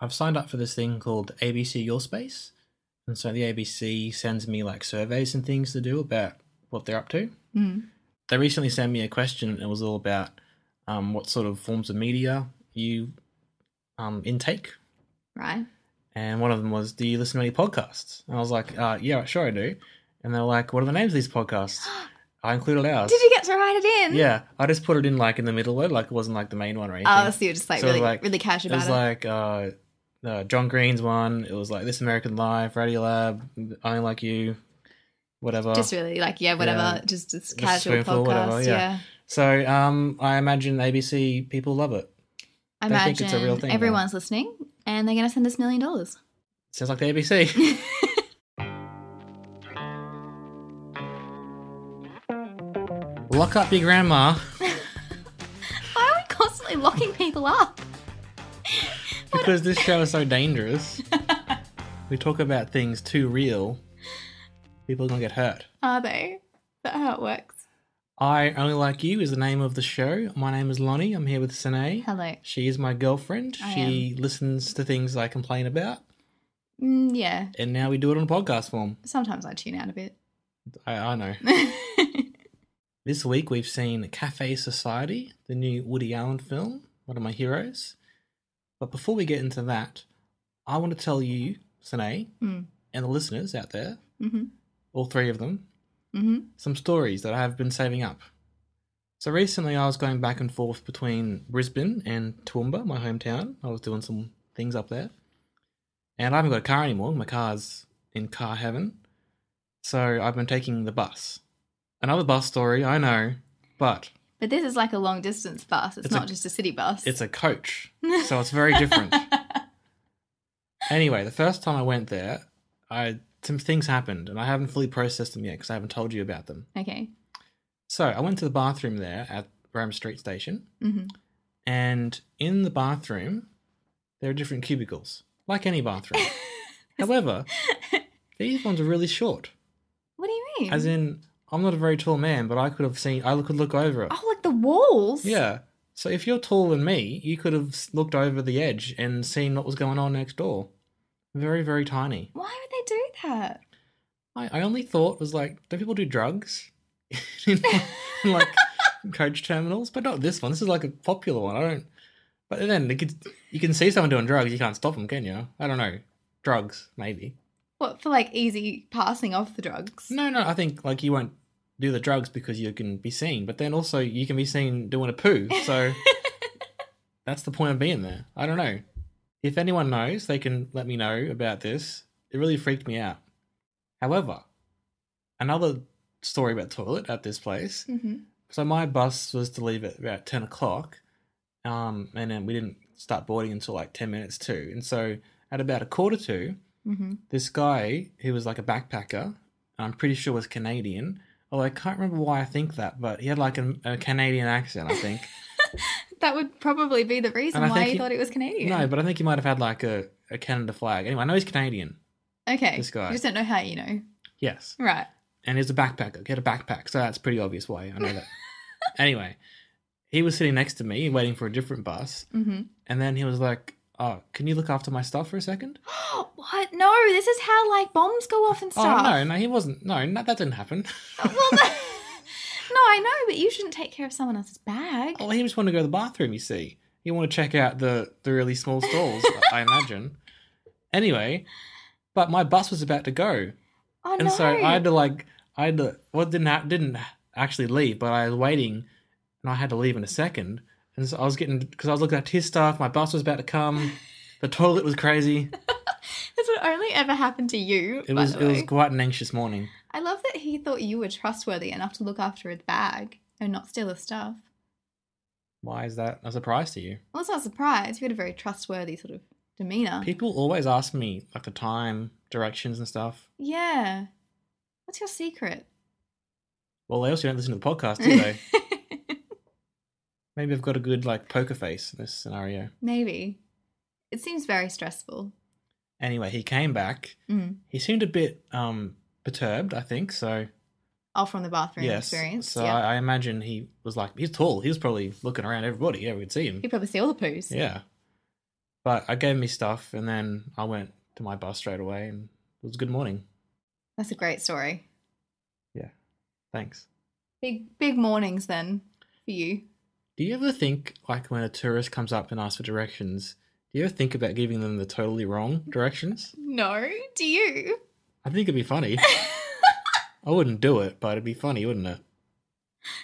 I've signed up for this thing called ABC Your Space. And so the ABC sends me like surveys and things to do about what they're up to. Mm. They recently sent me a question and it was all about um, what sort of forms of media you um, intake. Right. And one of them was, Do you listen to any podcasts? And I was like, uh, Yeah, sure I do. And they were like, What are the names of these podcasts? I included ours. Did you get to write it in? Yeah, I just put it in like in the middle though, like it wasn't like the main one or anything. Oh, so you're just like So, really, like, really cash it was about it. like uh, uh, John Green's one. It was like This American Life, Radio Lab, I Ain't Like You, whatever. just really like yeah, whatever. uh, yeah. just just Just casual spoonful, podcast. whatever, yeah. yeah. so um, I imagine ABC people love it. I They imagine think it's a real thing now. everyone's listening and they're gonna send us million dollars. Sounds like the ABC. Lock up your grandma Why are we constantly locking people up? because this show is so dangerous. we talk about things too real. People are gonna get hurt. Are they? Is that how it works? I Only Like You is the name of the show. My name is Lonnie. I'm here with Sine. Hello. She is my girlfriend. I she listens to things I complain about. Mm, yeah. And now we do it on a podcast form. Sometimes I tune out a bit. Mm. I, I know. This week we've seen Cafe Society, the new Woody Allen film, one of my heroes. But before we get into that, I want to tell you, Sine, mm. and the listeners out there, hmm all three of them, hmm some stories that I have been saving up. So recently I was going back and forth between Brisbane and Toowoomba, my hometown. I was doing some things up there. And I haven't got a car anymore. My car's in car heaven. So I've been taking the bus. Another bus story, I know, but But this is like a long distance bus. It's, It's a- not just a city bus. it's a coach. So it's very different. anyway, the first time I went there, I some things happened and I haven't fully processed them yet because I haven't told you about them. okay. So I went to the bathroom there at Rome Street Station, hmm and in the bathroom, there are different cubicles, like any bathroom. However, these ones are really short. What do you mean? As in, I'm not a very tall man, but I could have seen, I could look over it. oh, like the walls. Yeah. So if you're taller than me, you could have s- looked over the edge and seen what was going on next door. Very, very tiny. Why would they do that? I, I only thought was like, do people do drugs in, in, like coach terminals? But not this one. This is like a popular one. I don't. But then they could, you can see someone doing drugs. You can't stop them, can you? I don't know. Drugs, maybe. What for? Like easy passing off the drugs. No, no. I think like you won't do the drugs because you can be seen. But then also you can be seen doing a poo. So that's the point of being there. I don't know. If anyone knows, they can let me know about this. It really freaked me out. However, another story about toilet at this place. hmm So my bus was to leave at about ten o'clock, um, and then we didn't start boarding until like ten minutes to. And so at about a quarter to, hmm this guy who was like a backpacker, I'm pretty sure was Canadian. Although I can't remember why I think that, but he had like a, a Canadian accent, I think. That would probably be the reason And I why think you he- thought it was Canadian. No, but I think he might have had like a, a Canada flag. Anyway, I know he's Canadian. okay. this guy. You just don't know how you know. Yes. Right. And he's a backpacker. He had a backpack. So that's pretty obvious why I know that. anyway, he was sitting next to me waiting for a different bus. hmm And then he was like, Oh, can you look after my stuff for a second? what? No, this is how like bombs go off and stuff. Oh, no, no, he wasn't. No, no that didn't happen. well, no, no, I know, but you shouldn't take care of someone else's bag. well, Oh, he just wanted to go to the bathroom, you see. He wanted to check out the, the really small stalls, I imagine. Anyway, but my bus was about to go. Oh and no! so I had to like I had to well didn't ha- didn't actually leave, but I was waiting, and I had to leave in a second, and so I was getting because I was looking at his stuff. My bus was about to come, the toilet was crazy. This would only ever happen to you. It by was the it was way. quite an anxious morning. I love that he thought you were trustworthy enough to look after his bag and not steal his stuff. Why is that a surprise to you? Well, it's not a surprise. You had a very trustworthy sort of demeanor. People always ask me like the time, directions, and stuff. yeah. What's your secret? Well, they also don't listen to the podcast, do they? Maybe I've got a good like poker face in this scenario. Maybe. It seems very stressful. Anyway, he came back. Mm. He seemed a bit um perturbed, I think. So All Oh, from the bathroom yes, experience. so yeah. I, um, I imagine he was like he's tall. He was probably looking around everybody. Yeah, we'd see him. You probably see all the poos. Yeah. But I gave me stuff, and then I went to my bus straight away, and it was good morning. That's a great story. Thanks. Big big mornings then for you. Do you ever think, like, when a tourist comes up and asks for directions, do you ever think about giving them the totally wrong directions? No, do you? I think it'd be funny. I wouldn't do it, but it'd be funny, wouldn't it?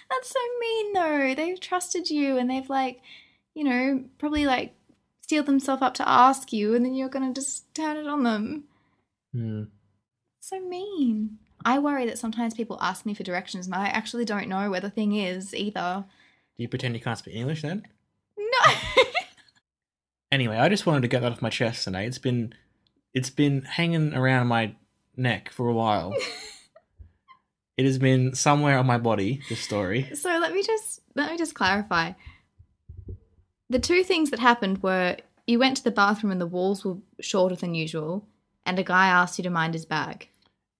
That's so mean though. They've trusted you and they've like, you know, probably like steeled themselves up to ask you and then you're gonna just turn it on them. Hmm. So mean. I worry that sometimes people ask me for directions and I actually don't know where the thing is either. Do you pretend you can't speak English then? No. Anyway, I just wanted to get that off my chest tonight. It's been, it's been hanging around my neck for a while. it has been somewhere on my body. This story. so let me just let me just clarify. The two things that happened were you went to the bathroom and the walls were shorter than usual and a guy asked you to mind his bag.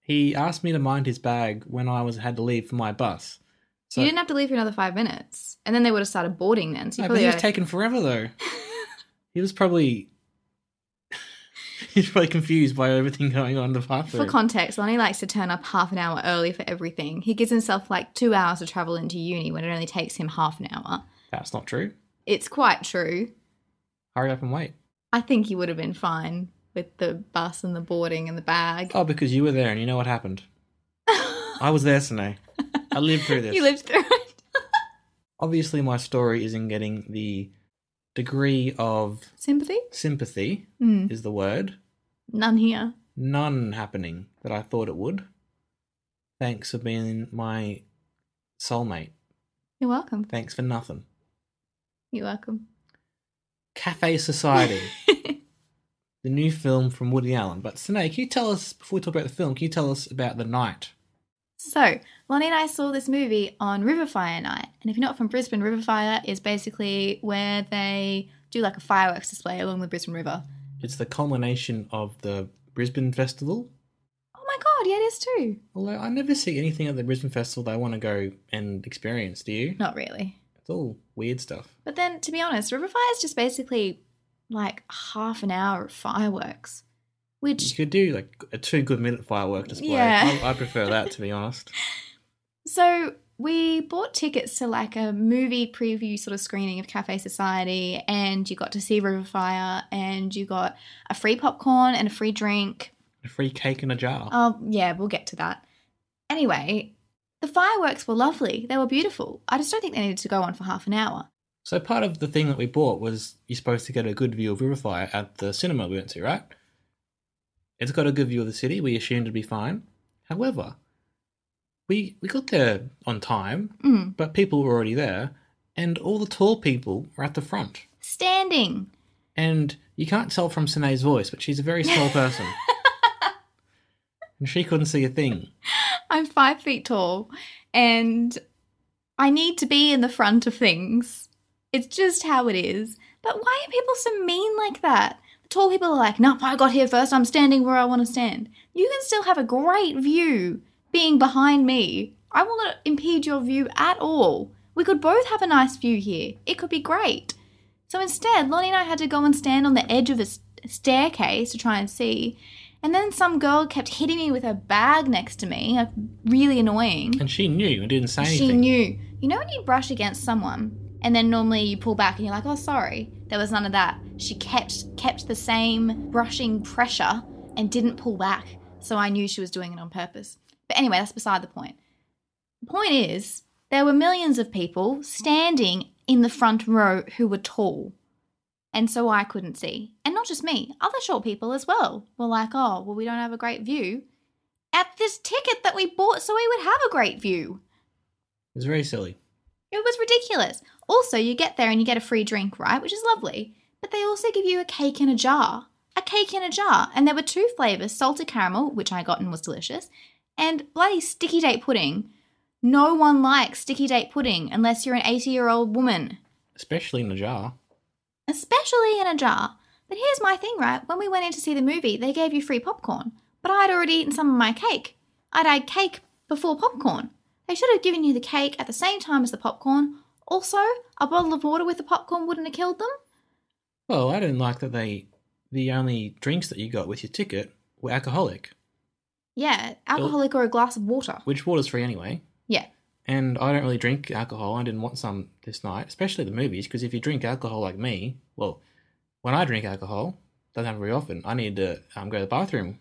He asked me to mind his bag when I was had to leave for my bus. So you didn't have to leave for another 5 minutes and then they would have started boarding then. So No, you but probably he was gotta- taking forever though. he was probably he was probably confused by everything going on in the For bathroom. context, Lonnie likes to turn up half an hour early for everything. He gives himself like two hours to travel into uni when it only takes him half an hour. That's not true. It's quite true. Hurry up and wait. I think he would have been fine with the bus and the boarding and the bag. Oh, because you were there and you know what happened. I was there, Sine. I lived through this. He lived through it. Obviously, my story is in getting the degree of Sympathy? sympathy Hmm. is the word. None here. None happening that I thought it would. Thanks for being my soulmate. You're welcome. Thanks for nothing. You're welcome. Cafe Society, the new film from Woody Allen. But Sine, can you tell us before we talk about the film? Can you tell us about the night? So, Lonnie and I saw this movie on Riverfire night. And if you're not from Brisbane, Riverfire is basically where they do like a fireworks display along the Brisbane River. It's the culmination of the Brisbane Festival. Oh my god, yeah, it is too. Although I never see anything at the Brisbane Festival that I want to go and experience. Do you? Not really. It's all weird stuff. But then, to be honest, Riverfire is just basically like half an hour of fireworks, You which could do like a two good minute firework display. Yeah. I, I prefer that to be honest. so we bought tickets to like a movie preview sort of screening of Cafe Society, and you got to see Riverfire, and you got a free popcorn and a free drink. A free cake in a jar. Oh, yeah, we'll get to that. Anyway, the fireworks were lovely. They were beautiful. I just don't think they needed to go on for half an hour. So part of the thing that we bought was you're supposed to get a good view of Riverfire at the cinema we went to, right? It's got a good view of the city. We assumed it'd be fine. However, we we got there on time, Mm. but people were already there, and all the tall people were at the front. Standing. And you can't tell from Sinead's voice, but she's a very small person, and she couldn't see a thing. I'm five feet tall and I need to be in the front of things. It's just how it is. But why are people so mean like that? The tall people are like, nope, I got here first, I'm standing where I want to stand. You can still have a great view being behind me. I will not impede your view at all. We could both have a nice view here. It could be great. So instead, Lonnie and I had to go and stand on the edge of a s- staircase to try and see. And then some girl kept hitting me with her bag next to me, like really annoying. And she knew and didn't say anything. She knew. You know when you brush against someone and then normally you pull back and you're like, "Oh, sorry." There was none of that. She kept kept the same brushing pressure and didn't pull back. So I knew she was doing it on purpose. But anyway, that's beside the point. The point is, there were millions of people standing in the front row who were tall. And so I couldn't see. And not just me, other short people as well were like, oh, well, we don't have a great view at this ticket that we bought so we would have a great view. It was very silly. It was ridiculous. Also, you get there and you get a free drink, right? Which is lovely. But they also give you a cake in a jar. A cake in a jar. And there were two flavours salted caramel, which I got and was delicious, and bloody sticky date pudding. No one likes sticky date pudding unless you're an 80 year old woman, especially in a jar. especially in a jar. But here's my thing, right? When we went in to see the movie, they gave you free popcorn, but I'd already eaten some of my cake. I'd had cake before popcorn. They should have given you the cake at the same time as the popcorn. Also, a bottle of water with the popcorn wouldn't have killed them. Well, I didn't like that they the only drinks that you got with your ticket were alcoholic, Yeah, alcoholic or a glass of water. which water's free anyway. Yeah. And I don't really drink alcohol. I didn't want some this night, especially the movies, because if you drink alcohol like me, well, when I drink alcohol, doesn't happen very often. I need to um, go to the bathroom.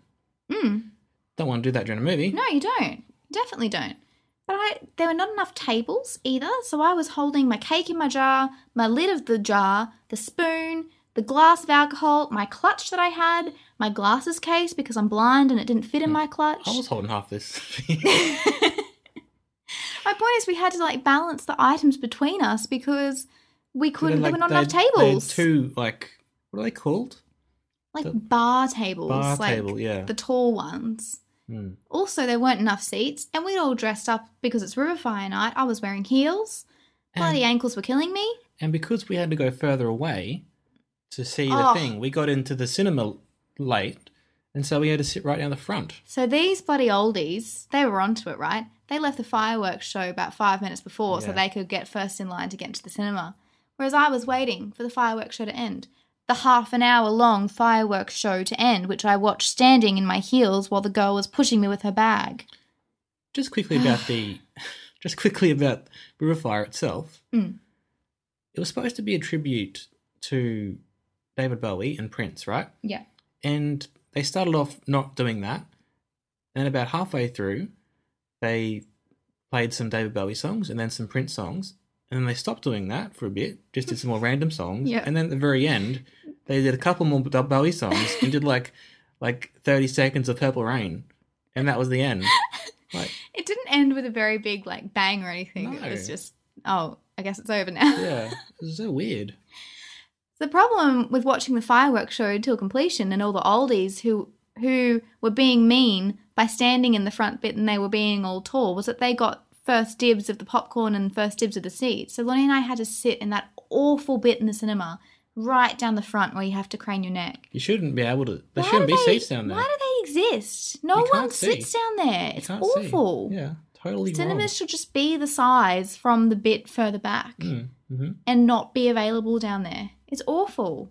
Mm. Don't want to do that during a movie. No, you don't. Definitely don't. But I, there were not enough tables either, so I was holding my cake in my jar, my lid of the jar, the spoon, the glass of alcohol, my clutch that I had, my glasses case because I'm blind and it didn't fit in my clutch. I Hmm. was holding half this. My point is, we had to like balance the items between us because we couldn't. Like, there were not they- enough tables, They're two like what are they called? like the- bar tables, Bar like table, yeah. the tall ones. Hmm. Also, there weren't enough seats, and we'd all dressed up because it's Riverfire night. I was wearing heels. Bloody And, ankles were killing me. and because we had to go further away to see Oh. the thing, we got into the cinema late, and so we had to sit right down the front. So these bloody oldies, they were onto it, right? They left the fireworks show about five minutes before so Yeah. they could get first in line to get into the cinema. Whereas I was waiting for the fireworks show to end. The half an hour long fireworks show to end, which I watched standing in my heels while the girl was pushing me with her bag. Just quickly about the, just quickly about Riverfire itself. Mm. It was supposed to be a tribute to David Bowie and Prince, right? Yeah. And they started off not doing that. And then about halfway through, they played some David Bowie songs and then some Prince songs. And then they stopped doing that for a bit, just did some more random songs. Yeah. And then at the very end, they did a couple more Bo- Bowie songs and did like like 30 seconds of Purple Rain. And that was the end. Like, It didn't end with a very big like bang or anything. It was No. just, oh, I guess it's over now. yeah, it was so weird. The problem with watching the fireworks show till completion and all the oldies who who were being mean by standing in the front bit and they were being all tall was that they got first dibs of the popcorn and first dibs of the seats. So Lonnie and I had to sit in that awful bit in the cinema, right down the front where you have to crane your neck. You shouldn't be able to. There Why shouldn't do be they- seats down there. Why do they exist? No You one can't see. sits down there. You It's can't see. awful. Yeah, totally Cinemas should just be the size from the bit further back wrong. Mm-hmm. and not be available down there. It's awful.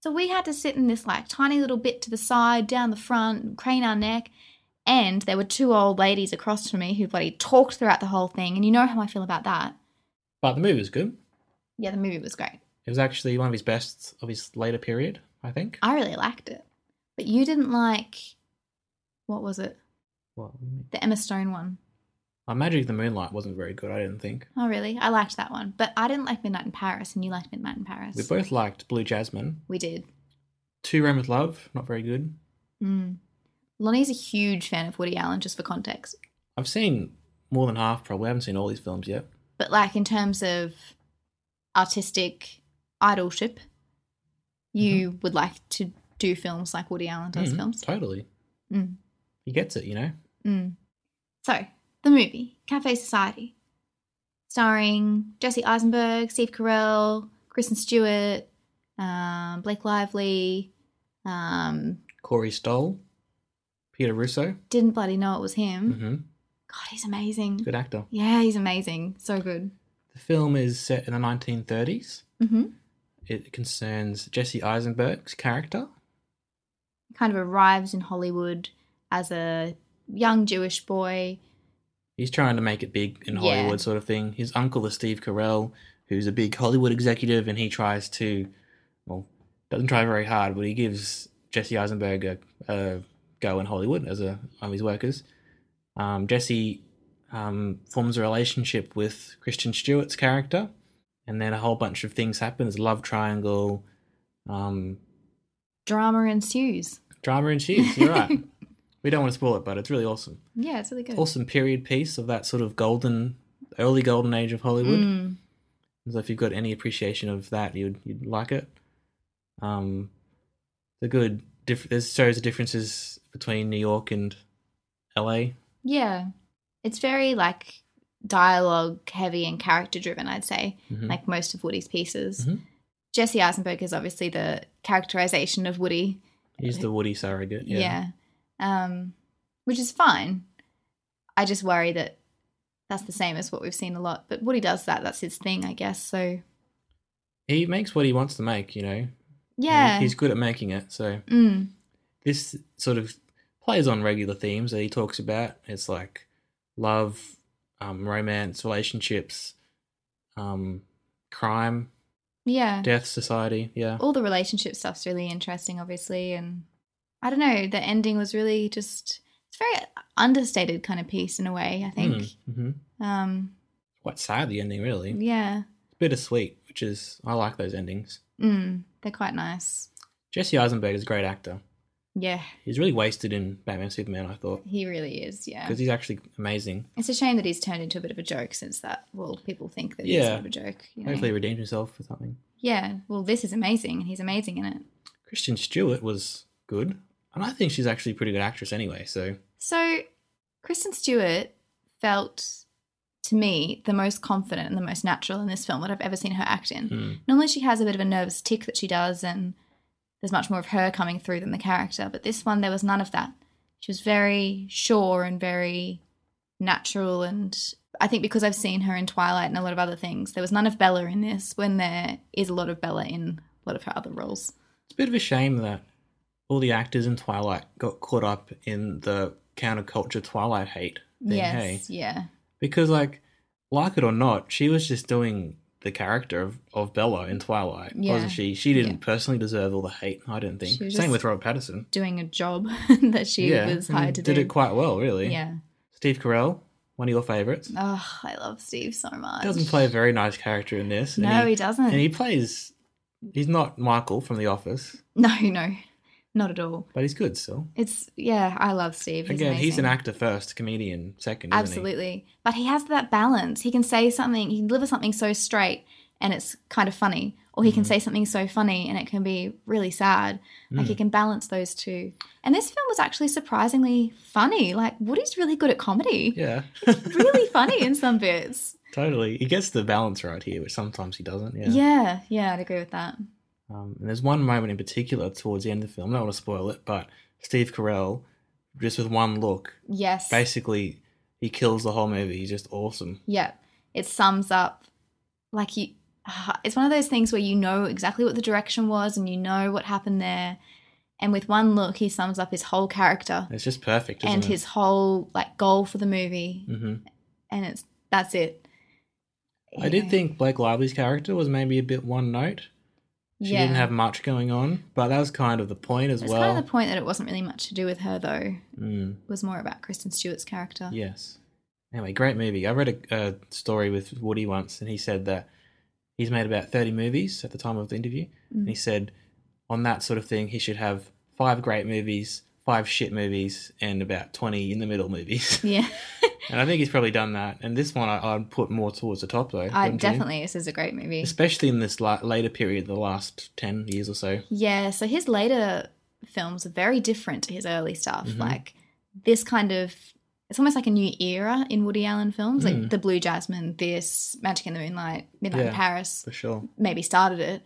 So we had to sit in this like tiny little bit to the side, down the front, crane our neck, and there were two old ladies across from me who bloody talked throughout the whole thing, and you know how I feel about that. But the movie was good. Yeah, the movie was great. It was actually one of his best of his later period, I think. I really liked it. But you didn't like what was it? Well, The Emma Stone one. uh, Magic of the Moonlight wasn't very good, I didn't think. Oh really? I liked that one. But I didn't like Midnight in Paris and you liked Midnight in Paris. We both liked Blue Jasmine. We did. Two Rome with Love, not very good. Mm. Lonnie's a huge fan of Woody Allen, just for context. I've seen more than half, probably. I haven't seen all these films yet. but like in terms of artistic idolship, you would like to do films like Woody Allen does Mm, films. Totally. Mm, He gets it, you know? mm. So the movie Cafe Society, starring Jesse Eisenberg, Steve Carell, Kristen Stewart, um, Blake Lively. Um, Corey Stoll, Peter Russo. didn't bloody know it was him. hmm God, he's amazing. Good actor. Yeah, he's amazing. So good. The film is set in the 1930s. hmm It concerns Jesse Eisenberg's character. kind of arrives in Hollywood as a young Jewish boy. He's trying to make it big in Yeah. Hollywood, sort of thing. His uncle is Steve Carell, who's a big Hollywood executive, and he tries to, well, doesn't try very hard, but he gives Jesse Eisenberg a, a go in Hollywood as a one of his workers. Um, Jesse um, forms a relationship with Christian Stewart's character, and then a whole bunch of things happen. There's a love triangle, um, Drama ensues. drama ensues. You're right. We don't want to spoil it, but it's really awesome. Yeah, it's really good. Awesome period piece of that sort of golden, early golden age of Hollywood. Mm. So if you've got any appreciation of that, you'd you'd like it. Um, the good diff- this shows the differences between New York and L.A. Yeah. It's very like dialogue heavy and character driven, I'd say, Mhm. like most of Woody's pieces. Mhm. Jesse Eisenberg is obviously the characterization of Woody. He's the Woody surrogate. Yeah. Yeah. Um, which is fine. I just worry that that's the same as what we've seen a lot. But Woody does that. That's his thing, I guess. So, He makes what he wants to make. You know. yeah. He- He's good at making it. So mm, this sort of plays on regular themes that he talks about. It's like love, um, romance, relationships, um, crime, yeah. death, society. Yeah. All the relationship stuff's really interesting, obviously. And I don't know. The ending was really just, it's a very understated kind of piece in a way, I think. Mm-hmm. Um, Quite sad the ending, really. yeah. Bittersweet, which is I like those endings. Mm, they're quite nice. Jesse Eisenberg is a great actor. Yeah, He's really wasted in Batman Superman, I thought, he really is. Yeah. because he's actually amazing. It's a shame that he's turned into a bit of a joke since that. Well, people think that he's Yeah. sort of a joke. You know? Hopefully, he redeemed himself for something. Yeah. Well, this is amazing, and he's amazing in it. Christian Stewart was good, and I think she's actually a pretty good actress anyway. So So, Kristen Stewart felt to me the most confident and the most natural in this film that I've ever seen her act in. hmm. Normally, she has a bit of a nervous tick that she does, and there's much more of her coming through than the character. But this one, there was none of that. She was very sure and very natural. And I think because I've seen her in Twilight and a lot of other things, there was none of Bella in this when there is a lot of Bella in a lot of her other roles. It's a bit of a shame that all the actors in Twilight got caught up in the counterculture Twilight hate thing, yes. hey? Yeah. Because, like, like it or not, she was just doing the character of, of Bella in Twilight, Yeah. wasn't she? She didn't Yeah. personally deserve all the hate, I don't think. She Same was just- with Robert Patterson. Doing a job that she was and hired to did do. it quite well, really. Yeah. Steve Carell, one of your favorites, Oh, I love Steve so much. doesn't play a very nice character in this. and No, he, and doesn't. he plays. He's not Michael from The Office, no, no, not at all. but he's good still. It's yeah, I love Steve. He's Again, he's an amazing. actor first, comedian second. isn't he? Absolutely. But he has that balance. He can say something, he can deliver something so straight and it's kind of funny, or he can Mm-hmm. say something so funny and it can be really sad. Like Mm. he can balance those two. And this film was actually surprisingly funny. Like Woody's really good at comedy. Yeah, really funny in some bits. totally. He gets the balance right here, which sometimes he doesn't. Yeah. Yeah. yeah, I'd agree with that. Um, and there's one moment in particular towards the end of the film. I don't want to spoil it, but Steve Carell, just with one look, Yes. basically he kills the whole movie. He's just awesome. Yeah. It sums up like you uh, it's one of those things where you know exactly what the direction was and you know what happened there. And with one look he sums up his whole character It's just perfect. Isn't and it? his whole like goal for the movie hmm and it's that's it. I did think Blake Lively's character was maybe a bit one note. She Yeah. didn't have much going on, but that was kind of the point as it's well. kind of the point that it wasn't really much to do with her though. Mm, It was more about Kristen Stewart's character. yes. Anyway, great movie. I read a, a story with Woody once, and he said that he's made about 30 movies at the time of the interview. And he Mm. said, on that sort of thing, he should have five great movies, five shit movies, and about 20 in the middle movies. Yeah. and I think he's probably done that. And this one I, I'd put more towards the top, though. I wouldn't you? definitely this is a great movie. Especially in this la- later period, the last 10 years or so. Yeah, so his later films are very different to his early stuff. Mhm. Like this kind of it's almost like a new era in Woody Allen films, Mm. like The Blue Jasmine, this Magic in the Moonlight, Midnight Yeah. in Paris, For sure. maybe started it.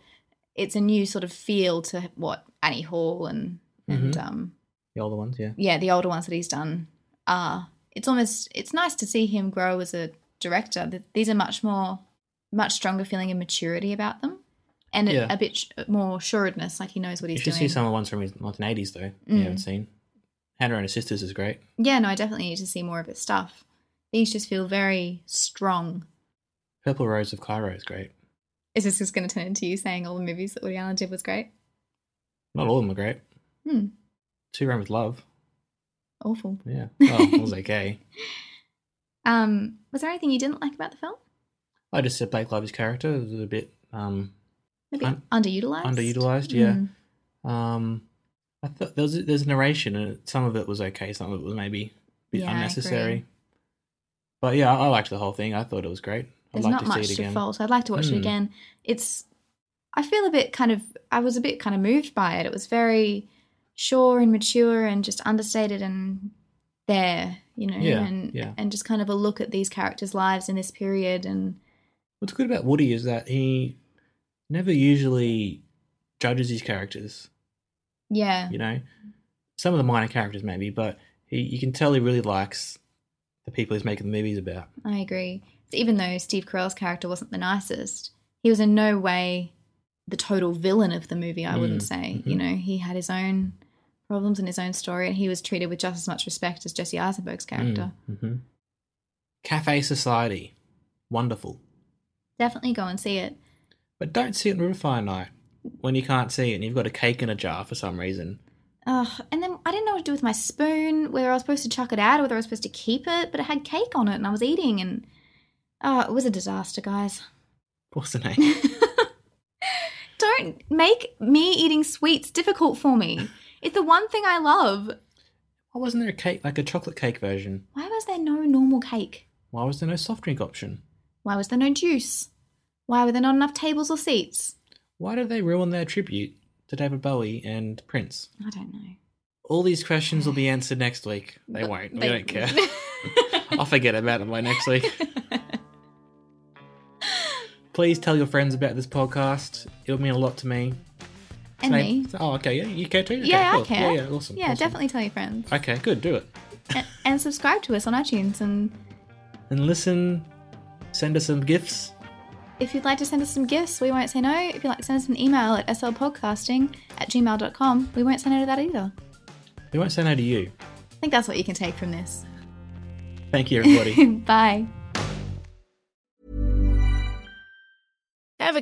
It's a new sort of feel to what Annie Hall and and Mm-hmm. um The older ones, yeah. yeah, the older ones that he's done are. It's almost it's nice to see him grow as a director. Th- These are much more, much stronger feeling of maturity about them, and a- Yeah. a, bit sh- more assuredness, like he knows what You he's should doing. see some of the ones from his 1980s, though. You Mm. haven't seen. Hannah and her sisters is great. yeah, no, I definitely need to see more of his stuff. These just feel very strong. Purple Rose of Cairo is great. Is this just going to turn into you saying all the movies that Woody Allen did was great? Not all of them are great. Hmm, Two Run with Love. awful. Yeah. Oh, it was okay. Um, was there anything you didn't like about the film? I just said Blake Lively's character was a bit. Um, Maybe Un- underutilized. underutilized, yeah. Mm, um, I thought there was there's narration and it- some of it was okay, some of it was maybe a bit Yeah, I agree. unnecessary. But yeah, I liked the whole thing. I thought it was great. There's like not to see much it to again. fault. I'd like to watch Hmm. it again. It's. I feel a bit kind of. I was a bit kind of moved by it. It was very sure and mature and just understated and there, you know, Yeah, and yeah. and just kind of a look at these characters' lives in this period and What's good about Woody is that he never usually judges his characters. yeah, You know, some of the minor characters maybe, but he, you can tell he really likes the people he's making the movies about. I agree. So even though Steve Carell's character wasn't the nicest, he was in no way the total villain of the movie. I wouldn't Mm, say. mhm. You know, he had his own problems and his own story, and he was treated with just as much respect as Jesse Eisenberg's character. Mm-hmm. Cafe Society, wonderful, Definitely go and see it. but don't see it on Riverfire Night when you can't see it and you've got a cake in a jar for some reason. Ugh, and then I didn't know what to do with my spoon, whether I was supposed to chuck it out or whether I was supposed to keep it, but it had cake on it and I was eating and oh, it was a disaster, guys. What's the name? Don't make me eating sweets difficult for me. It's the one thing I love. Why wasn't there a cake like a chocolate cake version? Why was there no normal cake? Why was there no soft drink option? Why was there no juice? Why were there not enough tables or seats? Why did they ruin their tribute to David Bowie and Prince? I don't know. All these questions will be answered next week. They But won't. they- We don't care. I'll forget about them by next week. Please tell your friends about this podcast. It'll mean a lot to me. and Name- me. Oh, okay. Yeah, you care too. Okay, Yeah, cool. I care. Yeah, yeah, awesome. Yeah, awesome. definitely tell your friends. Okay, good. Do it. and, and subscribe to us on iTunes and And listen. Send us some gifts. If you'd like to send us some gifts, we won't say no. If you'd like to send us an email at slpodcasting at gmail.com, we won't say no to that either. We won't say no to you. I think that's what you can take from this. Thank you, everybody. Bye. Ever